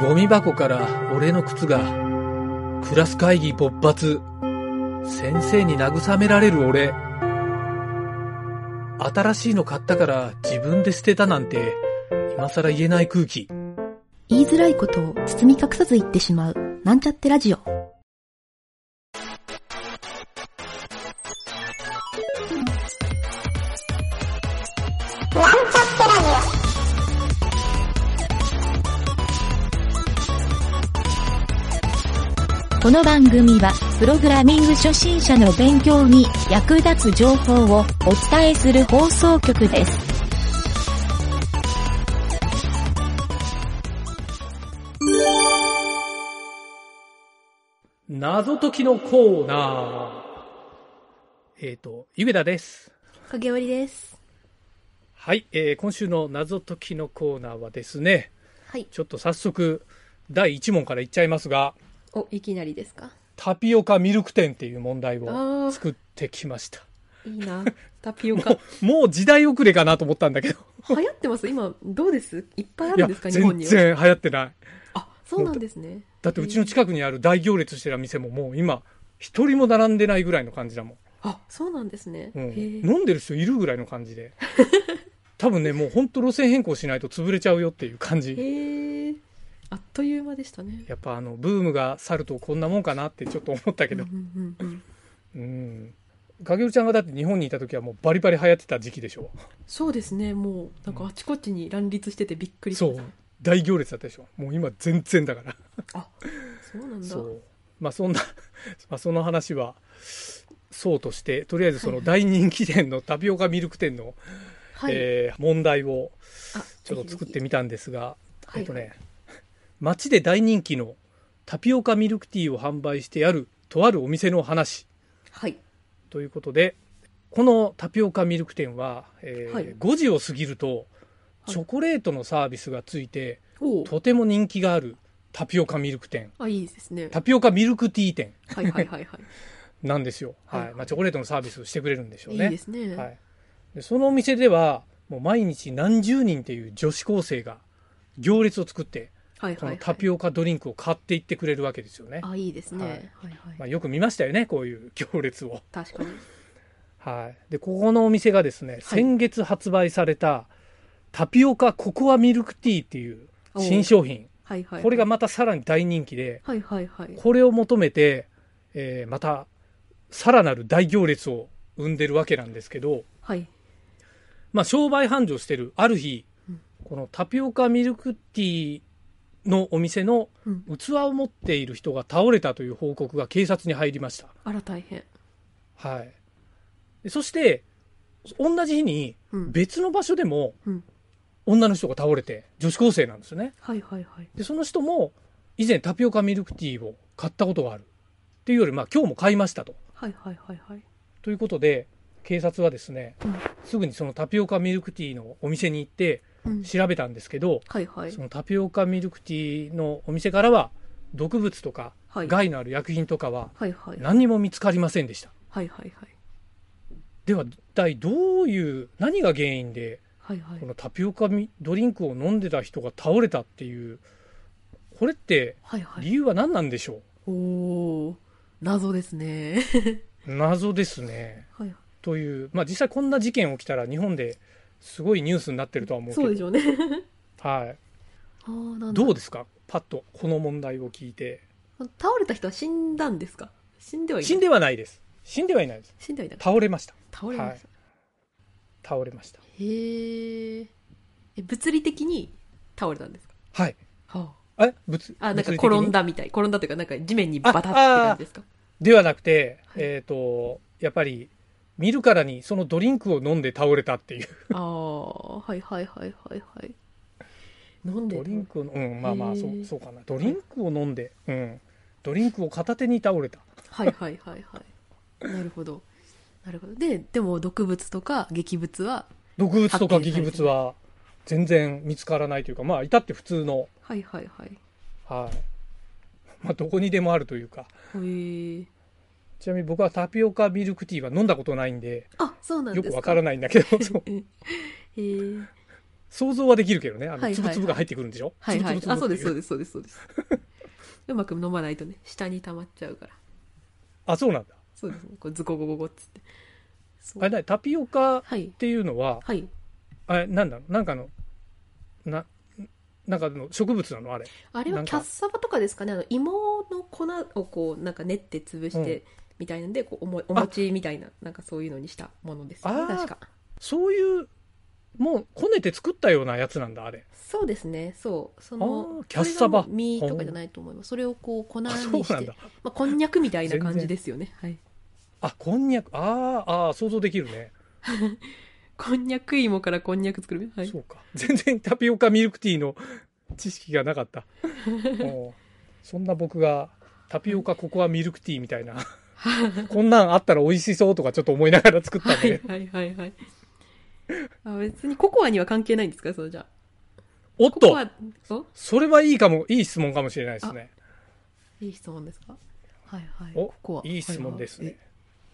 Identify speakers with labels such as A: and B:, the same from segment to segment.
A: ゴミ箱から俺の靴が、クラス会議勃発、先生に慰められる俺。新しいの買ったから自分で捨てたなんて、今更言えない空気。
B: 言いづらいことを包み隠さず言ってしまう、なんちゃってラジオ。
C: この番組は、プログラミング初心者の勉強に役立つ情報をお伝えする放送局です。
A: 謎解きのコーナー。えっ、と、ゆげだです。
B: 影織です。
A: はい、えー今週の謎解きのコーナーはですね、
B: はい。
A: ちょっと早速、第1問からいっちゃいますが、
B: お、いきなりですか
A: タピオカミルク店っていう問題
B: あ
A: を
B: ー、
A: 作ってきました。
B: いい な。タピオカ。
A: もう、もう時代遅れかなと思ったんだけど。
B: 流行ってます今、どうですいっぱいあ
A: い
B: る
A: や、
B: んですか日本
A: 全
B: には。
A: 然流行ってない。
B: あ、そうなんですね。
A: だってうちの近くにある大行列してた店ももう今、一人も並んでないぐらいの感じだも
B: あ、そうなんですね。
A: ん。うん、
B: へえ。
A: 飲んでる人いるぐらいの感じ で。多分ね、もう本当路線変更しないと潰れちゃうよっていう感じ。
B: へえ。あっという間でしたね。
A: やっぱあの、ブームが去るとこんなもんかなってちょっと思ったけど
B: う。んうんうんうん
A: うん。かげるちゃんがだって日本にいた時はもうバリバリ流行ってた時期でしょ。
B: そうですね。もう、なんかあちこちに乱立しててびっくりし
A: そ
B: まし
A: う。大行列だったでしょ。もう今全然だから。
B: た。あ、そうなんだ
A: そ。う。まあそんな、 まあその話は、そうとして、とりあえずその大人気店のタピオカミルク店の、
B: はい。
A: えー問題を
B: あ
A: ちょっと作っ
B: ぜ
A: てみたんですが、
B: はい
A: えっとね、街で大人気のタピオカミルクティーを販売してあるとあるお店の話
B: ひぜひはい。
A: ということで、このタピオカミルク店は、えー
B: はい
A: 5時を過ぎると
B: はい
A: チョコレートのサービスがついて、
B: おう
A: とても人気があるタピオカミルク店、
B: あ、いいですね。
A: タピオカミルクティー店
B: はいはいはいは
A: なんですよ。はい。
B: はい
A: まあチョコレートのサービスをしてくれるんでしょう
B: い。いい
A: ね。
B: ですね。
A: はい、でそのお店ではもう毎日何十人っていう女子高生が行列を作って
B: はい
A: こ
B: は
A: の
B: い。
A: タピオカドリンクを買っていってくれるわけですよね、
B: あ、いいですね。
A: は
B: はいいはい。
A: まあ、よく見ましたよねこう いう行列を、
B: 確かに。
A: はい、でここのお店がですね先月発売されたタピオカココアミルクティーっていう新商品
B: はいはい。
A: これが、またさらに大人気で
B: はいはいはい。
A: これを求めて、えーまたさらなる大行列を生んでるわけなんですけど、
B: はい。
A: まあ、商売繁盛してるある日、
B: うん
A: このタピオカミルクティーのお店の
B: うん。
A: 器を持っている人が倒れたという報告が警察に入りました。
B: あら大変。
A: はい。でそして、同じ日に
B: うん。
A: 別の場所でも
B: うん
A: 女の人が倒れて、女子高生なんですよね。
B: はいはいはい。
A: で、その人も以前タピオカミルクティーを買ったことがある。っていうより、まあ今日も買いましたと。
B: はいはいはいはい。
A: ということで、警察はですね、
B: うん
A: すぐにそのタピオカミルクティーのお店に行って
B: うん。
A: 調べたんですけど、
B: はいはい
A: そ。のタピオカミルクティーのお店からは毒物とか
B: はい。はい
A: 害のある薬品とかは
B: はいはい。
A: 何にも見つかりませんでした
B: はいはいはい。
A: では一体どういう何が原因で
B: はいはい
A: こ。のタピオカミドリンクを飲んでた人が倒れたっていうこれって
B: はいはい。
A: 理由は何なんでしょ
B: おお謎ですね。
A: う謎ですね
B: はいは
A: というまあ実際こんな事件起きたら日本ですごいニュースになってるとは思
B: い。
A: うけ
B: そうでし
A: ど
B: ょうね。
A: はい
B: ああ、なんだ
A: どうですかパッとこの問題を聞いて
B: 倒れた人は死んだんですか死んではいない。
A: 死んではないです死んではいないです
B: 死んではいなかっ
A: 倒れました
B: た。倒れました。
A: 倒れました
B: へえ。え、物理的に倒れたんですか
A: はい
B: は
A: え物
B: あ。あ、なんか
A: 物理的に
B: 転んだみたい。転んだというか、なんか地面にバタって感じですか
A: ではなくて、
B: はい
A: えっ、とやっぱり見るからにそのドリンクを飲んで倒れたっていう
B: ああ、はいはいはいはいはい。なんで
A: ドリンクをうんまあまあ
B: へ
A: そ
B: ー
A: うそうかなドリンクを飲んで、うん、ドリンクを片手に倒れた
B: はいはいはいはい。なるほど。なるほど。で、でも毒物とか劇物は、
A: 毒物とか
B: 発見さ
A: 劇
B: れてない
A: 物は全然見つからないというかまあ至って普通の
B: はいはいはい。
A: はい、まあ、どこにでもあるというか
B: へー
A: ちなみに僕はタピオカミルクティーは飲んだことないんで
B: あ、そうなんで
A: よ
B: すか。
A: くわからないんだけどそう
B: へえ。
A: 想像はできるけどね、あ
B: はいは
A: の、
B: い
A: つぶつぶが入ってくるんでしょ
B: はいはい
A: つぶつぶ
B: あそうです
A: つぶ
B: そ
A: ってい
B: うですそうですそうですうまく飲まないとね下に溜まっちゃうから
A: あ、そうなんだ。
B: そうですねこうズコゴゴゴっつってそう
A: あれだ、タピオカっ
B: はい
A: ていうのは、
B: はい
A: あれ、なんだろうなんかの、な、なんかの植物なのあれ。
B: あれは
A: なん
B: キ
A: か
B: ャッサバとかですかねあの芋の粉をこうなんか練って潰してみたいなんで、こうおもお餅みたいななんかそういうのにしたものですよね
A: あー
B: 確か
A: そういう、もう、こねて作ったようなやつなんだ、あれ。
B: そうですねそうそ
A: あ
B: の
A: ーキャッサバ
B: これがもう実とかじゃないと思いますそれをこう粉に
A: あ、そう
B: し
A: なん
B: て
A: だ。
B: まあ、こんにゃくみたいな感
A: 全然
B: じですよねはい
A: あ、こんにゃく、あーあー、想像できるね。
B: こんにゃく芋からこんにゃく作るはい
A: そうか。全然タピオカミルクティーの知識がなか った。おうそんな僕が、タピオカココアミルクティーみた いな、こんなんあったら美味しそうとかちょっと思いながら作ったん
B: は
A: で、
B: いはいはいはいあ別にココアには関係ないんですかそのじゃあ
A: おっ
B: ココ
A: と
B: アお
A: それはいいかも、いい質問かもしれないですね。
B: いい質問ですかはいはい
A: お
B: ココア
A: いい質問ですね。
B: はいはい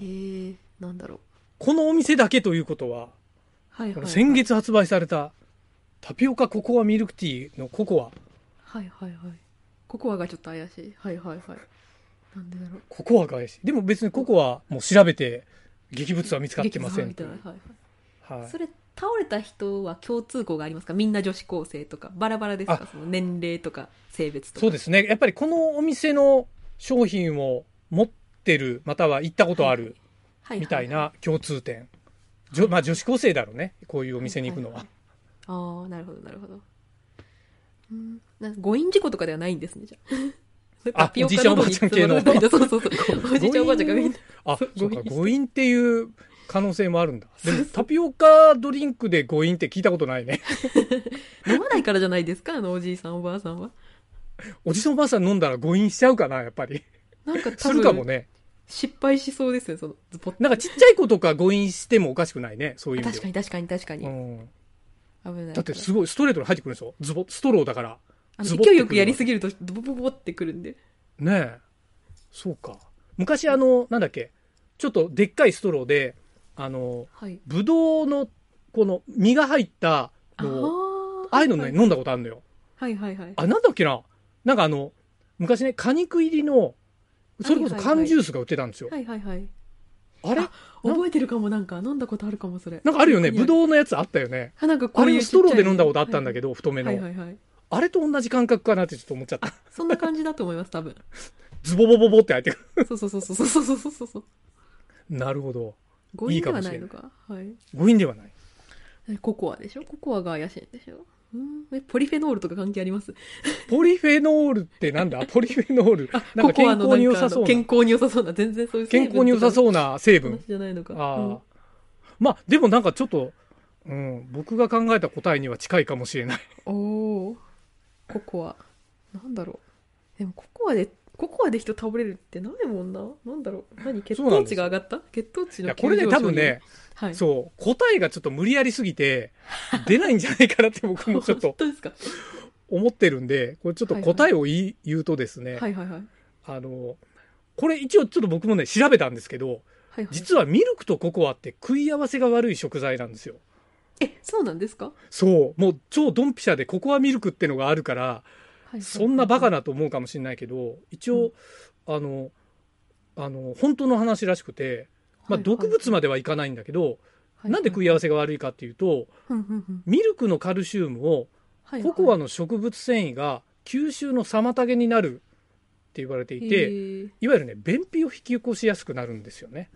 B: えー、なんだろう
A: このお店だけということは、
B: はい
A: こ
B: は
A: の
B: い、
A: 先月発売されたタピオカココアミルクティーのココア、
B: はいはいはいココアがちょっと怪しいはいはいはいなんでだろう
A: ココアが怪しい。でも別にココアも調べて、劇物は見つかってません
B: 激
A: と
B: 痛
A: い
B: み
A: う。
B: たいなはい
A: は
B: はいい、それ倒れた人は共通項がありますかみんな女子高生とかバラバラです
A: あ
B: かその年齢とか性別とか
A: そうですね。やっぱりこのお店の商品を持ってる、または行ったことある
B: はは
A: みたいな共通点。じょまあ女子高生だろうね。こういうお店に行くのは。
B: いいはいああなるほどなるほどうんなんか誤飲事故とかではないんですねじゃ あ
A: あ
B: タピオカなど
A: お
B: に
A: じいちゃんおばあちゃん系の
B: つまらない そうそうそうおじいちゃんおばあちゃんがみんな
A: あ、
B: そう
A: そうか、
B: 誤飲
A: 誤飲っていう可能性もあるんだ。でもタピオカドリンクで誤飲って聞いたことないね。
B: 飲まないからじゃないですかあのおじいさんおばあさんは
A: おじさんおばあさん飲んだら誤飲しちゃうかな、やっぱり。
B: なんか多
A: するかも
B: 分
A: ね。
B: 失敗しそうですねそのズポッ
A: なんかちっちゃい子とか誤飲してもおかしくないね。そういう意味で
B: 確か
A: は。
B: に確かに確かに危
A: うん、
B: ない
A: だってすごいストレートに入ってくるんですよ。ズボストローだから。
B: あの
A: ズボッ
B: 勢いよくやりすぎるとボボボボってくるんで
A: ねえ。そうか。昔あの、なんだっけ、ちょっとでっかいストローで、あの、
B: はい
A: ぶどうの、この、実が入った
B: あ
A: のを、
B: ー
A: ああいうのね、
B: はい
A: 飲んだことあるのよ。
B: はいはいはい
A: あ、なんだっけななんかあの、昔ね、果肉入りの、それこそ
B: はいはいはい
A: 缶ジュースが売ってたんですよ。
B: はいはいはい
A: あれ
B: 覚えてるかもなんか飲んだことあるかもそれ
A: なんかあるよね、
B: 記憶
A: ぶ
B: に
A: どうのやつあったよね。
B: あるあなんかこ
A: あ
B: う
A: れ
B: い
A: を
B: う
A: ストローで飲んだことあったんだけ
B: ど
A: ど、太めの、
B: はいはいはい
A: あれと同じ感覚かなってちょっと思っちゃった。
B: そんな感じだと思います 多分
A: ズボボボボって入ってくる。
B: そうそうそうそうそうそうそうそう
A: なるほど。
B: 誤飲ではないのかはい
A: 誤飲ではない。
B: えココアでしょココアが怪しいんでしょうんえポリフェノールとか関係あります
A: ポリフェノールってなんだポリフェノール。なん
B: コ
A: か
B: コア
A: 健
B: の
A: 康に良
B: なんか
A: さ
B: あ
A: そう
B: の
A: な
B: 健。康に良さそうな全然そういう成
A: 健
B: 分
A: 康に良さ
B: う
A: そうな成分
B: 話。じゃないのか
A: ああ、
B: うん
A: まあ、でもなんかちょっと、うん、僕が考えた答えには近いかもしれない。
B: おおココアなんだろうでもココアでココアで人倒れるってないもんななんだろう何血
A: そうなん
B: 糖
A: です
B: 値
A: よ
B: が上がった血糖
A: い
B: 値の
A: や、
B: 急
A: これね、
B: 上
A: 多
B: 昇
A: 分ね、
B: はい
A: そう、答えがちょっと無理やりすぎ て、出ないんじゃないかなって僕もちょっ
B: 本
A: と
B: 当ですか
A: 思ってるんで、これちょっと答えを言い言うとですね、
B: はいはいはいはい
A: あの、これ一応ちょっと僕もね、調べたんですけど、
B: はい
A: 実はミルクとココアって食い合わせが悪い食材なんですよ。
B: えそうなんですか、は
A: そう、もう超ドンピシャでココアミルクってのがあるから、
B: いはい、
A: そんなバカなと思うかもしれないけど、一応、あの、あの、本当の話らしくて、まあ、毒物まではいかないんだけど、なんで食い合わせが悪いかっていうと、
B: せうんうんうん
A: ミルクのカルシウムを
B: はいはい
A: ココアの植物繊維が吸収の妨げになるって言われていて、
B: へえ
A: いわゆるね、便秘を引き起こしやすくなるんですよね。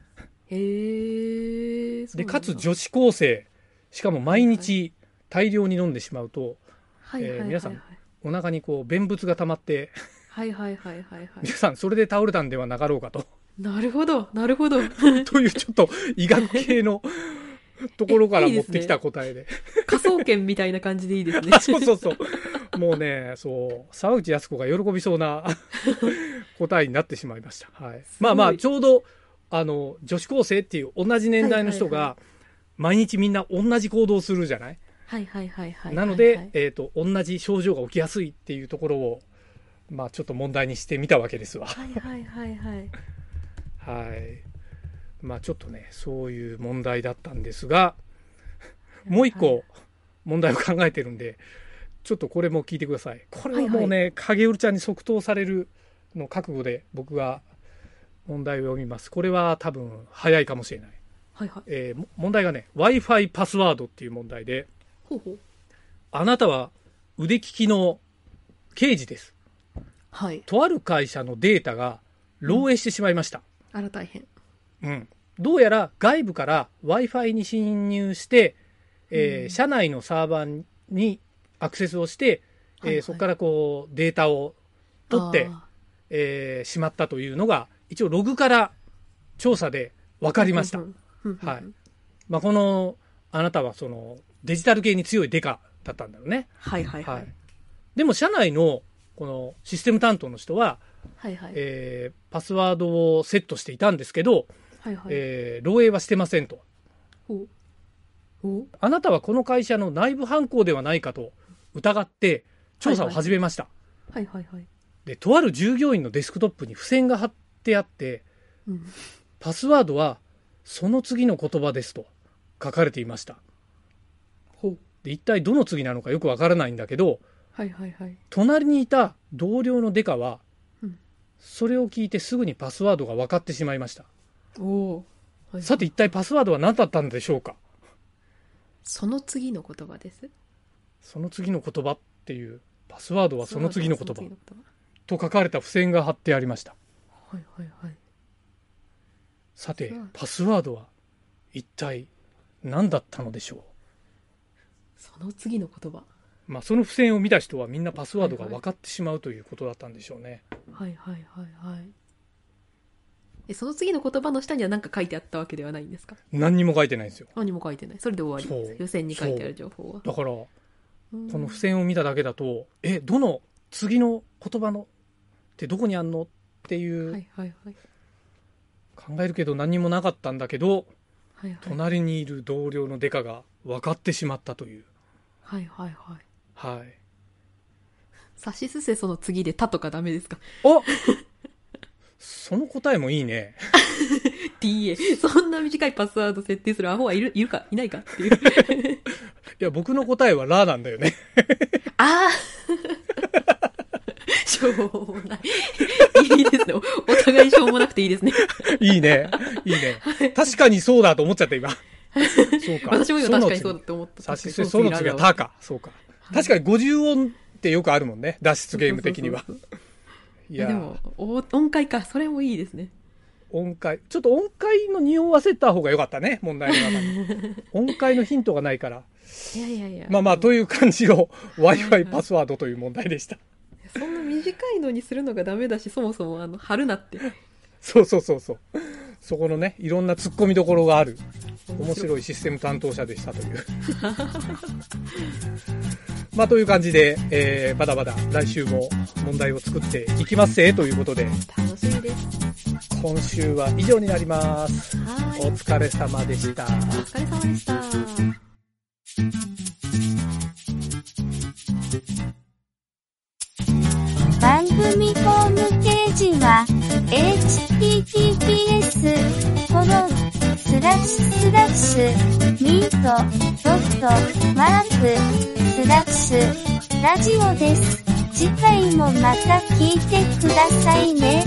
B: へえそう
A: で、
B: なん
A: か
B: だ
A: つ女子高生、しかも毎日大量に飲んでしまうと、
B: はいはいは
A: えー
B: いはい
A: 皆さんお腹にこう、便物が溜まって、
B: はいはいはいはいはい
A: 皆さんそれで倒れたんではなかろうかと。
B: なるほどなるほど
A: というちょっと医学系の ところから持ってきた答えで。
B: 科捜研みたいな感じ でいいですね
A: あ そうそうそう。もうね、そう、沢口靖子が喜びそうな 答えになってしまいました。はい。
B: ごい
A: まあまあ、ちょうど、あの、女子高生っていう同じ年代の人
B: はいはい
A: が、毎日みんな同じ行動をするじゃない
B: はいはいはいはい
A: なの
B: はいは
A: で
B: い、
A: えっと、同じ症状が起きやすいっていうところを、まあちょっと問題にしてみたわけですわ。
B: はいはいはいはい
A: はい。 まあちょっとね、そういう問題だったんですが、もう一個、問題を考えてるんで、ちょっとこれも聞いてください。これはもうね、影うるちゃんに即答されるの覚悟で僕が問題を読みます。これは多分早いかもしれない。
B: はいはい。
A: えーも問題がね、Wi-Fi パスワードっていう問題で、
B: ほうほう。
A: あなたは腕利きの刑事です。
B: はい。
A: とある会社のデータが漏洩してしまいました。
B: あら大変。
A: うん、どうやら外部から w i f i に侵入して、えー社内のサーバーにアクセスをして、えー
B: はいはい
A: そこからこうデータを取って
B: あ、
A: えーしまったというのが一応ログから調査で分か
B: ー
A: りました、
B: うんうんうん
A: はいまあ、このあなたはそのデジタル系に強いデカだったんだろうね、
B: はいはいは
A: はいい。、でも社内のこのシステム担当の人は、
B: はいはい。
A: えーパスワードをセットしていたんですけど、
B: はいはい。
A: えー漏洩はしてませんと
B: ほう。ほ
A: あなたはこの会社の内部犯行ではないかと疑って調査を始めました、
B: う。はいはいはい。
A: でとある従業員のデスクトップに付箋が貼ってあって
B: うん。
A: パスワードはその次の言葉ですと書かれていました
B: ほう。
A: で一体どの次なのかよくわからないんだけど
B: はいはいはい。
A: 隣にいた同僚のデカは、
B: うん
A: それを聞いてすぐにパスワードが分かってしまいました
B: おおー。はい
A: さて一体パスワードは何だったんでしょうか
B: その次の言葉です。
A: その次の言葉っていうパスワードはその次の言
B: そ
A: 葉
B: の次の
A: と書かれた付箋が貼ってありました
B: 言葉はいはいはい。
A: さて
B: うん
A: パスワードは一体何だったのでしょ
B: その次の言葉。
A: う、まあ、その付箋を見た人はみんなパスワードが分かってしまうということだったんでしょうね、
B: はいはいはいはい。え、その次の言葉の下には何か書いてあったわけではないんですか
A: 何にも書いてないんですよ
B: 何も書いてない。それで終わりで
A: そう
B: す。予選に書いてある情報は。
A: だからこ
B: こ
A: の付箋を見ただけだと、えどの次の言葉のってどこにあんのっていう、
B: はいはいはい。
A: 考えるけど何にもなかったんだけど
B: はいはい。
A: 隣にいる同僚のデカが分かってしまったという
B: はいはいはい。
A: はい
B: さしすせその次でたとかダメですか
A: おその答えもいいね
B: ?DA。そんな短いパスワード設定するアホはいる、いるかいないかっ ていう。
A: いや僕の答えは「ラ」なんだよね
B: ああ しょうもない。いいですねお。お互いしょうもなくていいですね。
A: いいね。いいね。確かにそうだと思っちゃった、今。そうか。
B: 私も今確かにそうだって思った。
A: さしすせその次は
B: た
A: たか。そうか。確かに50音ってよくあるもんね。脱出ゲーム的には。い
B: いや、
A: や
B: でも、お音階か。それもいいですね。
A: 音階。ちょっと音階の匂わせた方が良かったね、問題の中に。 音階のヒントがないから。
B: いやいやいや。
A: まあまあ、という感じの Wi-Fi
B: うん
A: パスワードという問題でした。
B: そんな短いのにするのがダメだし、そもそも、あの、春菜って。
A: そうそうそうそう。そこのね、いろんな突っ込みどころがある、面白いシステム担当者でしたという。 まあ、という感じで、えー、まだまだ来週も問題を作っていきますせということで、
B: 楽しみです。
A: 今週は以上になります。
B: は
A: お
B: ーい。
A: 疲れ様でした。
B: お疲れ様でした。
D: 番組ホームページは https コロンスラッシュスラッシュミートドットマークスラッシュラジオです。次回もまた聞いてくださいね。